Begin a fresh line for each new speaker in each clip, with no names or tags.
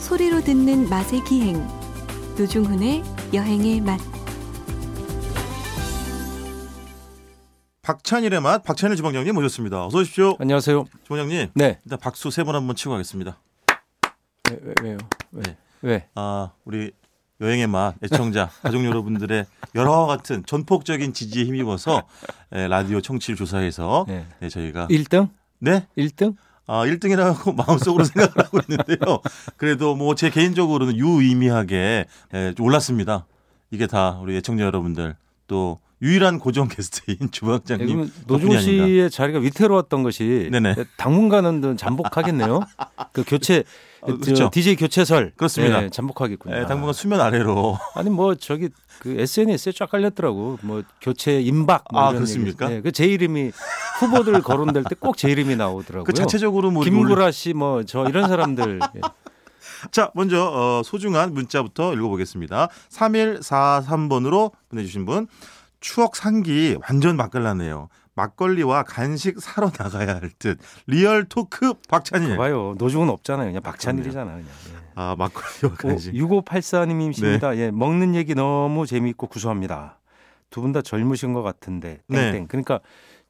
소리로 듣는 맛의 기행 노중훈의 여행의 맛
박찬일의 맛 박찬일 주방장님 모셨습니다. 어서 오십시오.
안녕하세요.
주방장님
네.
일단 박수 세 번 한번 치고 가겠습니다.
왜, 요 왜?
네.
왜?
아 우리 여행의 맛 애청자 가족 여러분들의 여러와 같은 전폭적인 지지에 힘입어서 예, 라디오 청취율 조사에서
네.
예, 저희가
1등?
네
1등?
아, 1등이라고 마음속으로 생각을 하고 있는데요. 그래도 뭐 제 개인적으로는 유의미하게 예, 좀 올랐습니다. 이게 다 우리 애청자 여러분들 또 유일한 고정 게스트인
네,
아, 주방장님
그러면
덕분이
노중훈
아닌가.
씨의 자리가 위태로웠던 것이
네네.
당분간은 잠복하겠네요. 그 교체
어,
저
그렇죠.
DJ 교체설
그렇습니다.
예, 잠복하겠군요.
예, 당분간 수면 아래로
아니 뭐 저기 그 SNS에 쫙 깔렸더라고. 뭐 교체 임박 뭐
아,
이런
그렇습니까?
얘기. 네, 그제 이름이 후보들 거론될 때 꼭 제 이름이 나오더라고요.
그 자체적으로 뭐
김구라 씨 뭐 저 이런 사람들 예.
자, 먼저 어, 소중한 문자부터 읽어보겠습니다. 3143번으로 보내주신 분. 추억 상기 완전 맛깔나네요. 막걸리와 간식 사러 나가야 할 듯. 리얼 토크 박찬일.
봐요. 노중은 없잖아요. 그냥 박찬일이잖아 그냥. 예.
아, 막걸리와
어,
간식. 네.
6584님이십니다. 예, 먹는 얘기 너무 재미있고 구수합니다. 두 분 다 젊으신 것 같은데 땡땡.
네.
그러니까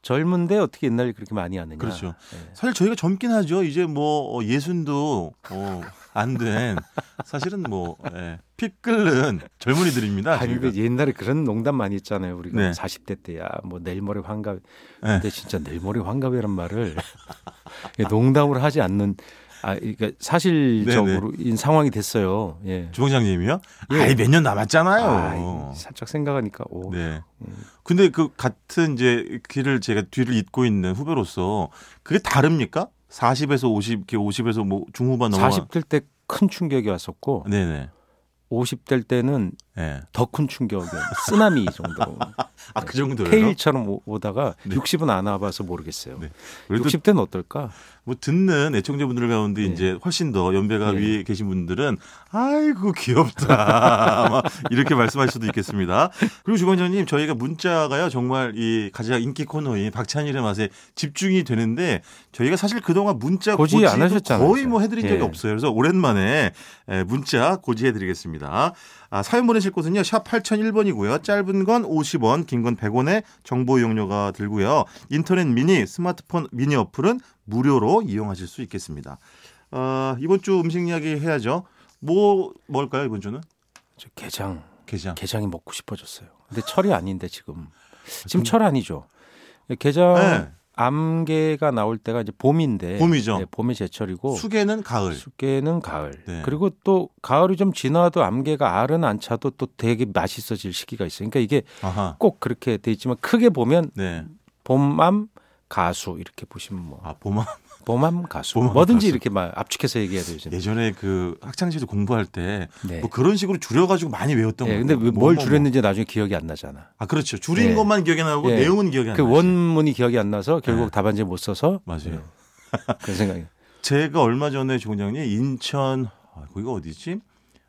젊은데 어떻게 옛날 그렇게 많이 하느냐.
그렇죠.
예.
사실 저희가 젊긴 하죠. 이제 뭐 어, 예순도 어, 안된 사실은 뭐 예, 피 끓는 젊은이들입니다.
아니
저희가.
그 옛날에 그런 농담 많이 했잖아요. 우리가
그러니까. 네.
40대 때야 뭐 내일모레 환갑.
네.
근데 진짜 내일모레 환갑이란 말을 예, 농담으로 하지 않는 아 그러니까 사실적으로 인 상황이 됐어요. 예.
주방장님이요?
예.
아이 몇 년 남았잖아요.
아, 살짝 생각하니까 오.
네.
음.
근데 그 같은 이제 길을 제가 뒤를 잇고 있는 후배로서 그게 다릅니까? 40에서 50, 이렇게 50에서 뭐 중후반 넘어
40될 때 큰 충격이 왔었고
네네.
50될 때는
예.
더 큰 충격이 쓰나미 정도
아 그 정도예요.
테일처럼 오- 오다가
네.
60은 안 와봐서 모르겠어요.
네. 그래도
60대는 어떨까?
뭐 듣는 애청자분들 가운데
예.
이제 훨씬 더 연배가
예.
위에 계신 분들은 아이고 귀엽다 아마 이렇게 말씀하실 수도 있겠습니다. 그리고 주방장님 저희가 문자가요 정말 이 가장 인기 코너인 박찬일의 맛에 집중이 되는데 저희가 사실 그동안 문자
고지
고지도
안 하셨잖아요.
거의 뭐 해드린 적이
예.
없어요. 그래서 오랜만에 에, 문자 고지해드리겠습니다. 아, 사연 보내실 곳은요 샵 8001번이고요. 짧은 건 50원, 긴 건 100원의 정보 이용료가 들고요. 인터넷 미니, 스마트폰 미니 어플은 무료로 이용하실 수 있겠습니다. 아, 이번 주 음식 이야기 해야죠. 뭐 뭘까요 이번 주는?
저 게장,
게장.
게장이 먹고 싶어졌어요. 근데 철이 아닌데 지금 지금
근데-
철 아니죠. 게장
네.
암개가 나올 때가 이제 봄인데
봄이죠.
네, 봄이 제철이고
수개는 가을.
숙개는 가을.
네.
그리고 또 가을이 좀 지나도 암개가 알은 안 차도 또 되게 맛있어질 시기가 있어요. 그러니까 이게
아하.
꼭 그렇게 돼 있지만 크게 보면
네.
봄암 가수 이렇게 보시면 뭐
아 봄아.
봄암 가수
봄암
뭐든지
가수.
이렇게 막 압축해서 얘기해야 돼요. 지금.
예전에 그 학창시절 공부할 때 뭐
네.
그런 식으로 줄여가지고 많이 외웠던
예,
거예요.
근데 왜-
뭐, 뭐,
뭘
뭐.
줄였는지 나중에 기억이 안 나잖아.
아 그렇죠. 줄인
예.
것만 기억이 나고
예.
내용은 기억이 안
그
나요.
원문이 기억이 안 나서 결국
네.
답안지 못 써서
맞아요.
예. 그런 생각이.
제가 얼마 전에 조원장님 인천 아, 거기가 어디지?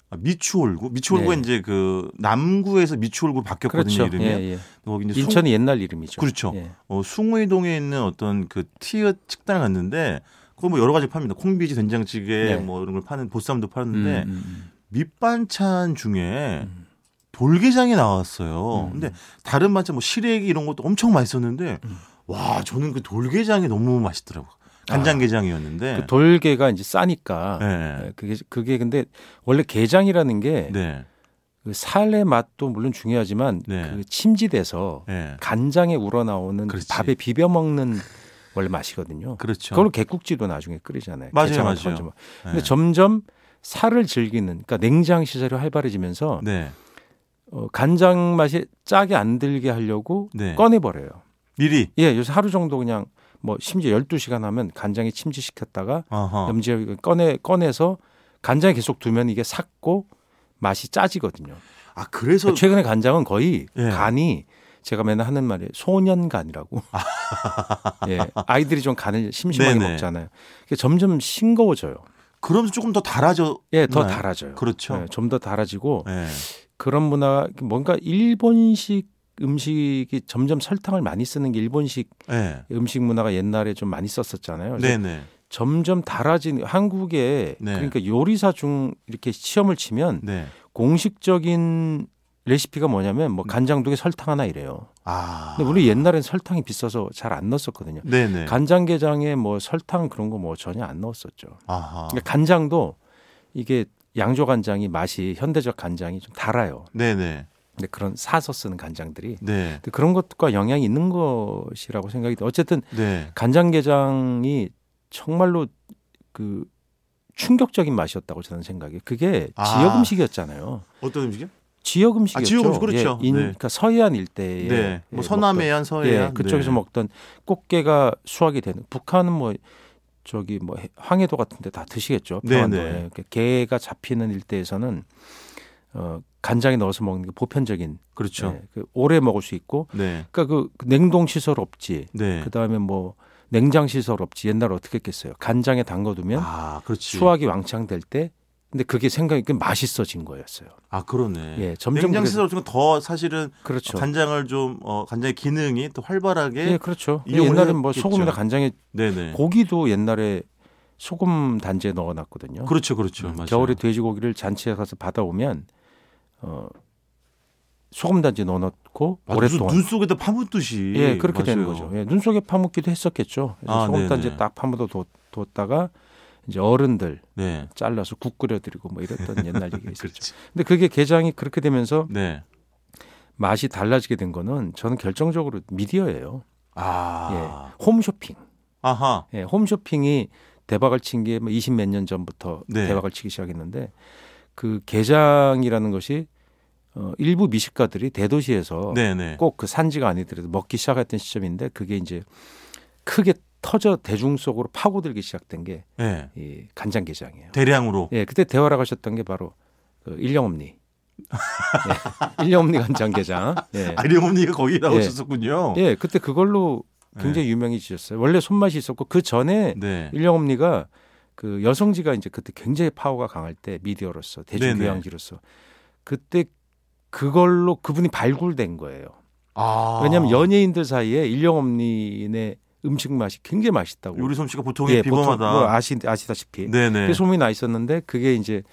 아, 미추홀구. 미추홀구가
네.
이제 그 남구에서 미추홀구로 바뀌었거든요.
그렇죠.
이름이.
예, 예.
거기 이제 송-
인천이 옛날 이름이죠.
그렇죠.
예.
어, 숭의동에 있는 어떤 그 티어 식당을 갔는데 그거 뭐 여러 가지 팝니다. 콩비지 된장찌개
네.
뭐 이런 걸 파는 보쌈도
음,
파는데
음, 음.
밑반찬 중에
음.
돌게장이 나왔어요.
음.
근데 다른 반찬 뭐 시래기 이런 것도 엄청 맛있었는데
음.
와 저는 그 돌게장이 너무 맛있더라고. 요 간장게장이었는데.
그 돌게가 이제 싸니까
네.
예, 그게 그게 근데 원래 게장이라는 게
네.
그 살의 맛도 물론 중요하지만
네.
그 침지돼서
네.
간장에 우러나오는 그
그렇지.
밥에 비벼 먹는 원래 맛이거든요.
그렇죠.
그걸로 개국지도 나중에 끓이잖아요.
맞아요,
게장을
맞아요.
건져 먹- 근데
네.
점점 살을 즐기는 그러니까 냉장 시설이 활발해지면서
네.
어, 간장 맛이 짜게 안 들게 하려고
네.
꺼내 버려요.
미리.
예, 요새 하루 정도 그냥 뭐 심지어 12시간 하면 간장에 침지시켰다가
아하.
염지에 꺼내 꺼내서 간장에 계속 두면 이게 삭고 맛이 짜지거든요.
아 그래서
그러니까 최근에 간장은 거의
예.
간이 제가 맨날 하는 말이 소년 간이라고. 예, 아이들이 좀 간을 심심하게
네네.
먹잖아요. 그게 점점 싱거워져요.
그러면서 조금 더 달아져.
예, 더
네.
달아져요. 예,
그렇죠.
좀 더 달아지고
네.
그런 문화 뭔가 일본식 음식이 점점 설탕을 많이 쓰는 게 일본식
네.
음식 문화가 옛날에 좀 많이 썼었잖아요. 그래서
네. 네.
점점 달아진 한국에
네.
그러니까 요리사 중 이렇게 시험을 치면
네.
공식적인 레시피가 뭐냐면 뭐 간장국에 설탕 하나 이래요.
아.
근데 우리 옛날엔 설탕이 비싸서 잘 안 넣었었거든요.
네네.
간장게장에 뭐 설탕 그런 거 뭐 전혀 안 넣었었죠.
아하.
그러니까 간장도 이게 양조 간장이 맛이 현대적 간장이 좀 달아요.
네네.
근데 그런 사서 쓰는 간장들이
네.
근데 그런 것과 영향이 있는 것이라고 생각이 돼. 어쨌든
네.
간장게장이 정말로 그 충격적인 맛이었다고 저는 생각해요. 그게
아.
지역 음식이었잖아요.
어떤 음식이요?
지역 음식이었죠.
지역 음식, 그렇죠.
예, 인,
네.
그러니까 서해안 일대에
네.
예,
뭐 서남해안
먹던- 예,
서해안
그쪽에서
네.
먹던 꽃게가 수확이 되는 북한은 뭐 저기 뭐 해- 황해도 같은데 다 드시겠죠.
네,
평안도에
네.
그러니까 게가 잡히는 일대에서는 어, 간장에 넣어서 먹는 게 보편적인
그렇죠.
예, 그 오래 먹을 수 있고
네.
그러니까 그 냉동 시설 없지.
네.
그다음에 뭐 냉장 시설 없지. 옛날 에 어떻게 했겠어요. 간장에 담가두면
아, 그렇지.
수확이 왕창 될 때 근데 그게 생각이 그 맛있어진 거였어요.
아, 그러네.
예, 점점
냉장
그래서-
시설 같은 건더 사실은
그렇죠.
간장을 좀 어, 간장의 기능이 또 활발하게
예, 그렇죠.
이용을
옛날엔 뭐
했겠죠.
소금이나 간장에
네네.
고기도 옛날에 소금 단지에 넣어놨거든요. 음,
그렇죠, 그렇죠. 맞아요.
겨울에 돼지고기를 잔치에 가서 받아오면 어, 소금 단지에 넣어놓고
아,
오랫동안
눈 속에다 파묻듯이
예 그렇게 되는
맞아요.
거죠. 예, 눈 속에 파묻기도 했었겠죠. 그래서
아,
소금
네네.
단지에 딱 파묻어 뒀- 뒀다가 이제 어른들
네.
잘라서 국 끓여드리고 뭐 이랬던 옛날 얘기가 예, 있었죠.
그렇지.
근데 그게 게장이 그렇게 되면서
네.
맛이 달라지게 된 거는 저는 결정적으로 미디어예요.
아.
예, 홈쇼핑.
아하.
예, 홈쇼핑이 대박을 친 게 20 몇 년 전부터
네.
대박을 치기 시작했는데 그 게장이라는 것이 어, 일부 미식가들이 대도시에서
네네.
꼭 그 산지가 아니더라도 먹기 시작했던 시점인데 그게 이제 크게 터져 대중 속으로 파고들기 시작된 게
네.
이 간장게장이에요.
대량으로.
예, 그때 대화라고 하셨던 게 바로 그 일령엄니. 예, 일령엄니 간장게장. 예.
아이리엄 어. 언니가 거기 나오셨었군요.
예, 그때 그걸로 굉장히 유명해지셨어요. 원래 손맛이 있었고 그 전에
네.
일령엄니가 그 여성지가 이제 그때 굉장히 파워가 강할 때 미디어로서 대중교양지로서 그때 그걸로 그분이 발굴된 거예요.
아.
왜냐하면 연예인들 사이에 일령엄니의 음식 맛이 굉장히 맛있다고.
요리 솜씨가 보통이
보통
비범하다.
뭐 아시, 아시다시피
네네.
그게 소문이 나 있었는데 그게 이제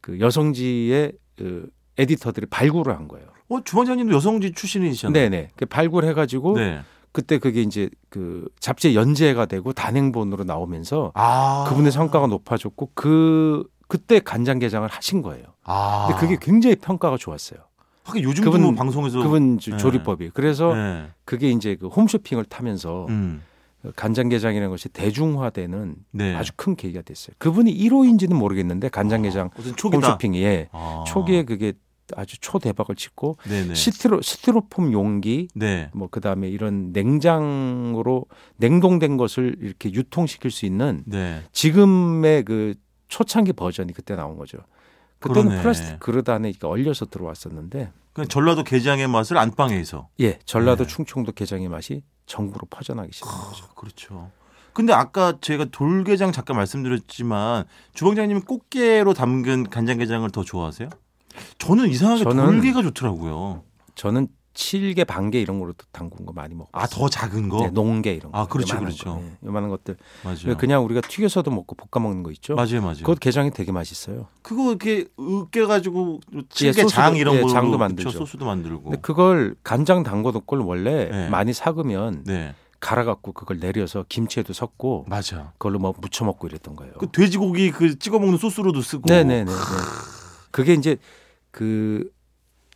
그 여성지의 그 에디터들이 발굴을 한 거예요.
어, 주방장님도 여성지 출신이시잖아요.
네네. 그 발굴해가지고
네.
그때 그게 이제 그 잡지에 연재가 되고 단행본으로 나오면서
아.
그분의 성과가 높아졌고 그 그때 간장게장을 하신 거예요.
아.
근데 그게 굉장히 평가가 좋았어요.
하긴 요즘도
그분-
뭐 방송에서
그분 조-
네.
조리법이. 그래서
네.
그게 이제 그 홈쇼핑을 타면서
음.
간장게장이라는 것이 대중화되는
네.
아주 큰 계기가 됐어요. 그분이 1호인지는 모르겠는데 간장게장
어떤 초기다.
홈쇼핑이 예.
아.
초기에 그게 아주 초대박을 쳤고
네네.
시트로 스티로폼 용기
네.
뭐 그다음에 이런 냉장으로 냉동된 것을 이렇게 유통시킬 수 있는
네.
지금의 그 초창기 버전이 그때 나온 거죠. 그때는
그러네.
플라스틱 그릇 안에 이렇게 얼려서 들어왔었는데
그냥 그러니까 전라도 게장의 맛을 안방에서.
예, 전라도
네.
충청도 게장의 맛이 전국으로 퍼져나기 시작한 거죠.
아, 그렇죠. 근데 아까 제가 돌게장 잠깐 말씀드렸지만 주방장님은 꽃게로 담근 간장게장을 더 좋아하세요? 저는 이상하게
저는-
돌게가 좋더라고요.
저는 칠개 반개 이런 거로도 담근 거 많이 먹고
아, 더 작은 거?
네, 농개 이런 거.
아, 그렇죠,
요만한
그렇죠.
거, 예, 요만한 것들. 왜
맞아요.
그냥 우리가 튀겨서도 먹고 볶아 먹는 거 있죠?
맞아요, 맞아요.
그것 게장이 되게 맛있어요.
그거 이렇게 으깨가지고
예,
찌개
소스도-
장 이런
예,
걸로
장도
그쵸,
만들죠.
소스도 만들고.
근데 그걸 간장 담궈도 그걸 원래
네.
많이 삭으면
네,
갈아갖고 그걸 내려서 김치에도 섞고
맞아.
그걸로 뭐 무쳐 먹고 이랬던 거예요.
그 돼지고기 그 찍어 먹는 소스로도 쓰고.
네네네. 그게 이제 그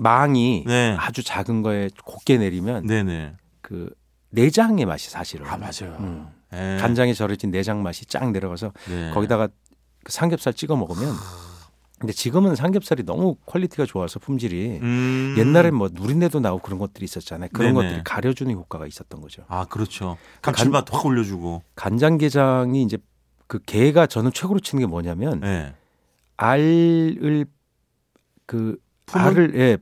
망이
네.
아주 작은 거에 곱게 내리면
네네.
그 내장의 맛이 사실은
아 맞아요.
음.
예.
간장에 절여진 내장 맛이 쫙 내려가서
네.
거기다가 그 삼겹살 찍어 먹으면 근데 지금은 삼겹살이 너무 퀄리티가 좋아서 품질이
음.
옛날엔 뭐 누린내도 나고 그런 것들이 있었잖아요. 그런
네네.
것들이 가려주는 효과가 있었던 거죠.
아 그렇죠. 감칠맛 확 올려주고.
간장게장이 이제 그 게가 저는 최고로 치는 게 뭐냐면
네.
알을 그
품은?
알을 예,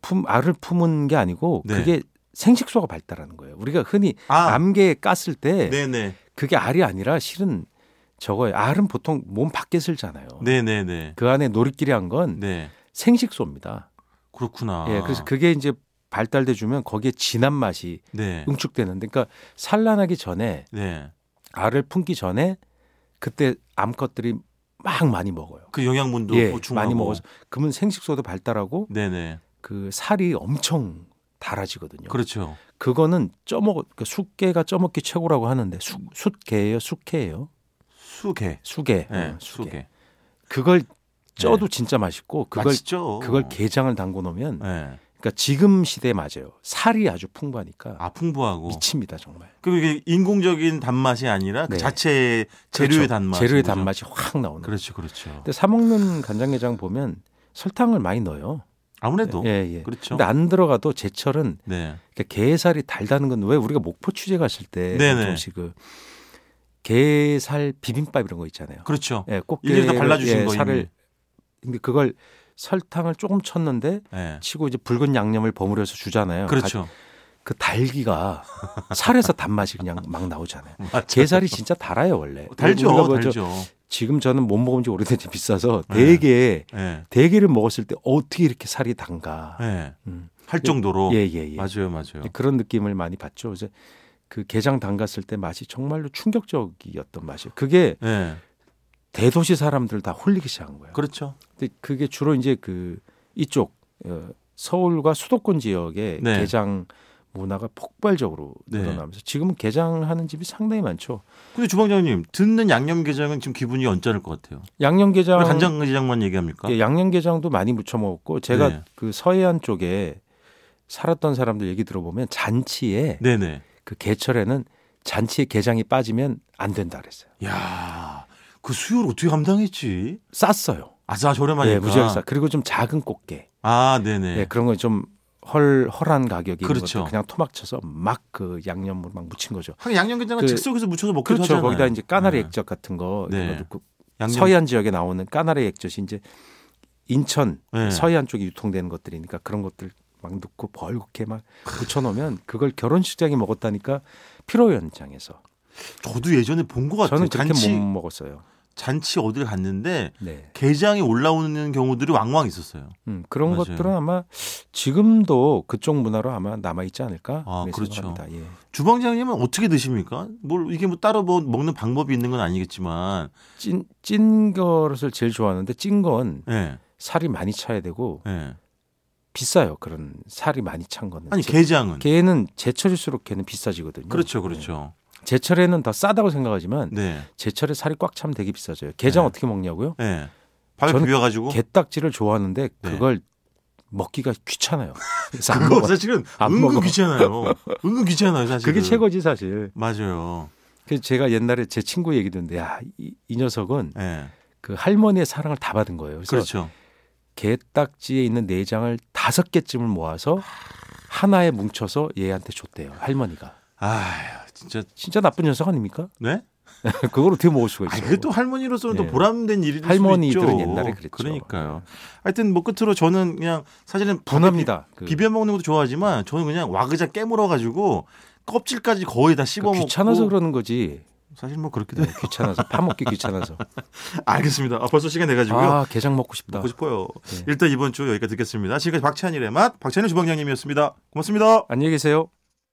품 알을 품은 게 아니고
네.
그게 생식소가 발달하는 거예요. 우리가 흔히
아,
암개에 깠을 때
네네.
그게 알이 아니라 실은 저거예요. 알은 보통 몸 밖에 쓸잖아요.
네네네.
그 안에 노리끼리 한 건
네. 아.
생식소입니다.
그렇구나.
예, 그래서 그게 이제 발달돼 주면 거기에 진한 맛이
네.
음. 응축되는데, 그러니까 산란하기 전에
네.
알을 품기 전에 그때 암컷들이 막 많이 먹어요.
그 영양분도
예,
보충하고.
많이 먹어서 그러면 생식소도 발달하고
네네.
그 살이 엄청 달아지거든요.
그렇죠.
그거는 쪄먹 그 숙개가 쪄먹기 최고라고 하는데 숙 숫개예요, 숙회예요,
수개.
숙개,
예,
어, 숙개.
수개. 네.
그걸 쪄도 진짜 맛있고 그걸
맛있죠.
그걸 게장을 담궈 놓으면
예.
그러니까 지금 시대에 맞아요. 살이 아주 풍부하니까
아 풍부하고.
미칩니다 정말.
그리고 이게 인공적인 단맛이 아니라 그
네.
자체의 재료의
그렇죠.
단맛.
재료의 단맛이 네. 확 나오는. 거예요.
그렇죠, 그렇죠.
근데 사 먹는 간장게장 보면 설탕을 많이 넣어요.
아무래도
예, 예.
그렇죠.
근데 안 들어가도 제철은
네,
그러니까 게살이 달다는 건 왜 우리가 목포 취재 갔을 때
네네.
조금씩 그 게살 비빔밥 이런 거 있잖아요.
그렇죠.
예,
일일이
꽃게
다 발라주신 거
살을 근데 그걸 설탕을 조금 쳤는데
예.
치고 이제 붉은 양념을 버무려서 주잖아요. 가-
그렇죠.
그 달기가 살에서 단맛이 그냥 막 나오잖아요.
맞아요.
음,
어,
게살이 진짜 달아요 원래. 우리가
달죠,
뭐저
달죠.
지금 저는 못 먹은 지 오래된지 비싸서
네.
대게
예,
대게를 먹었을 때 어떻게 이렇게 살이 단가.
예.
음.
할 정도로.
예, 예, 예.
맞아요, 맞아요.
그런 느낌을 많이 받죠. 이제 그 게장 담갔을 때 맛이 정말로 충격적이었던 맛이에요. 그게
예,
대도시 사람들 다 홀리기 시작한 거예요.
그렇죠.
근데 그게 주로 이제 그 이쪽 어, 서울과 수도권 지역의
네.
게장 문화가 폭발적으로
네.
늘어나면서 지금은 게장하는 집이 상당히 많죠.
근데 주방장님 듣는 양념게장은 지금 기분이 언짢을 것 같아요.
양념게장
왜 간장게장만 얘기합니까?
어. 예, 양념게장도 많이 무쳐 먹었고 제가
네.
그 서해안 쪽에 살았던 사람들 얘기 들어보면 잔치에
네, 네.
그 계절에는 잔치에 게장이 빠지면 안 된다 그랬어요.
야, 그 수요를 어떻게 감당했지?
쌌어요.
아싸 저렴하니까.
예, 무지하게 싸. 그리고 좀 작은 꽃게.
아,
예,
그러니까. 네네.
그런 건 좀 헐 헐한 가격이
그렇죠.
그냥 토막 쳐서 막 그 양념으로 막 묻힌 거죠.
한 양념게장은
그-
책 속에서 묻혀서 먹기도
그렇죠.
하잖아요.
거기다 이제 까나리
예.
액젓 같은 거
네.
이런 거 넣고
양념-
서해안 지역에 나오는 까나리 액젓이 이제 인천
예.
네. 서해안 쪽에 유통되는 것들이니까 그런 것들 막 넣고 벌겋게 막 붙여 놓으면 그걸 결혼식장에 먹었다니까 피로 연장에서
저도 예전에 본 것 같아요.
저는 그렇게
잔치
못 먹었어요.
잔치 어딜 갔는데
네.
게장이 올라오는 경우들이 왕왕 있었어요.
음, 그런
맞아요.
것들은 아마 지금도 그쪽 문화로 아마 남아 있지 않을까?
아,
그런
그렇죠.
생각합니다. 예.
주방장님은 어떻게 드십니까? 뭘 이게 뭐 따로 뭐 먹는 방법이 있는 건 아니겠지만,
찐, 찐 것을 제일 좋아하는데 찐 건
예,
살이 많이 차야 되고
예.
비싸요. 그런 살이 많이 찬 거는.
아니
제-
게장은
걔는 제철일수록 걔는 비싸지거든요.
그렇죠,
예.
그렇죠.
제철에는 더 싸다고 생각하지만
네,
제철에 살이 꽉 차면 되게 비싸져요. 게장
네.
어떻게 먹냐고요?
예. 밥에
저는
비벼가지고
게딱지를 좋아하는데
네.
그걸 먹기가 귀찮아요. 그래서 안
그거
먹어요.
사실은
안
은근
먹어.
귀찮아요. 은근 귀찮아요, 사실.
그게 최고지 사실.
맞아요.
그래서 제가 옛날에 제 친구 얘기 듣는데 야, 이, 이 녀석은
예,
그 할머니의 사랑을 다 받은 거예요. 그래서
그렇죠.
게딱지에 있는 내장을 다섯 개쯤을 모아서 하나에 뭉쳐서 얘한테 줬대요. 할머니가.
아, 진짜
진짜 나쁜 녀석 아닙니까?
네?
그걸 어떻게 먹을 수가
아,
있어요?
그게 또 할머니로서는
예.
또 보람된 일일 수도 있죠.
할머니들은 옛날에 그랬죠.
그러니까요. 하여튼 뭐 끝으로 저는 그냥 사실은
분합니다. 그
비벼 먹는 것도 좋아하지만 저는 그냥 와그작 깨물어 가지고 껍질까지 거의 다 씹어 먹고
귀찮아서 그러는 거지.
사실 뭐 그렇기도
네,
해요.
귀찮아서 파먹기 귀찮아서.
알겠습니다. 아, 벌써 시간 돼 가지고요.
아 게장 먹고 싶다.
먹고 싶어요.
네.
일단 이번 주 여기까지 듣겠습니다. 지금까지 박찬일의 맛 박찬일 주방장님이었습니다. 고맙습니다.
안녕히 계세요.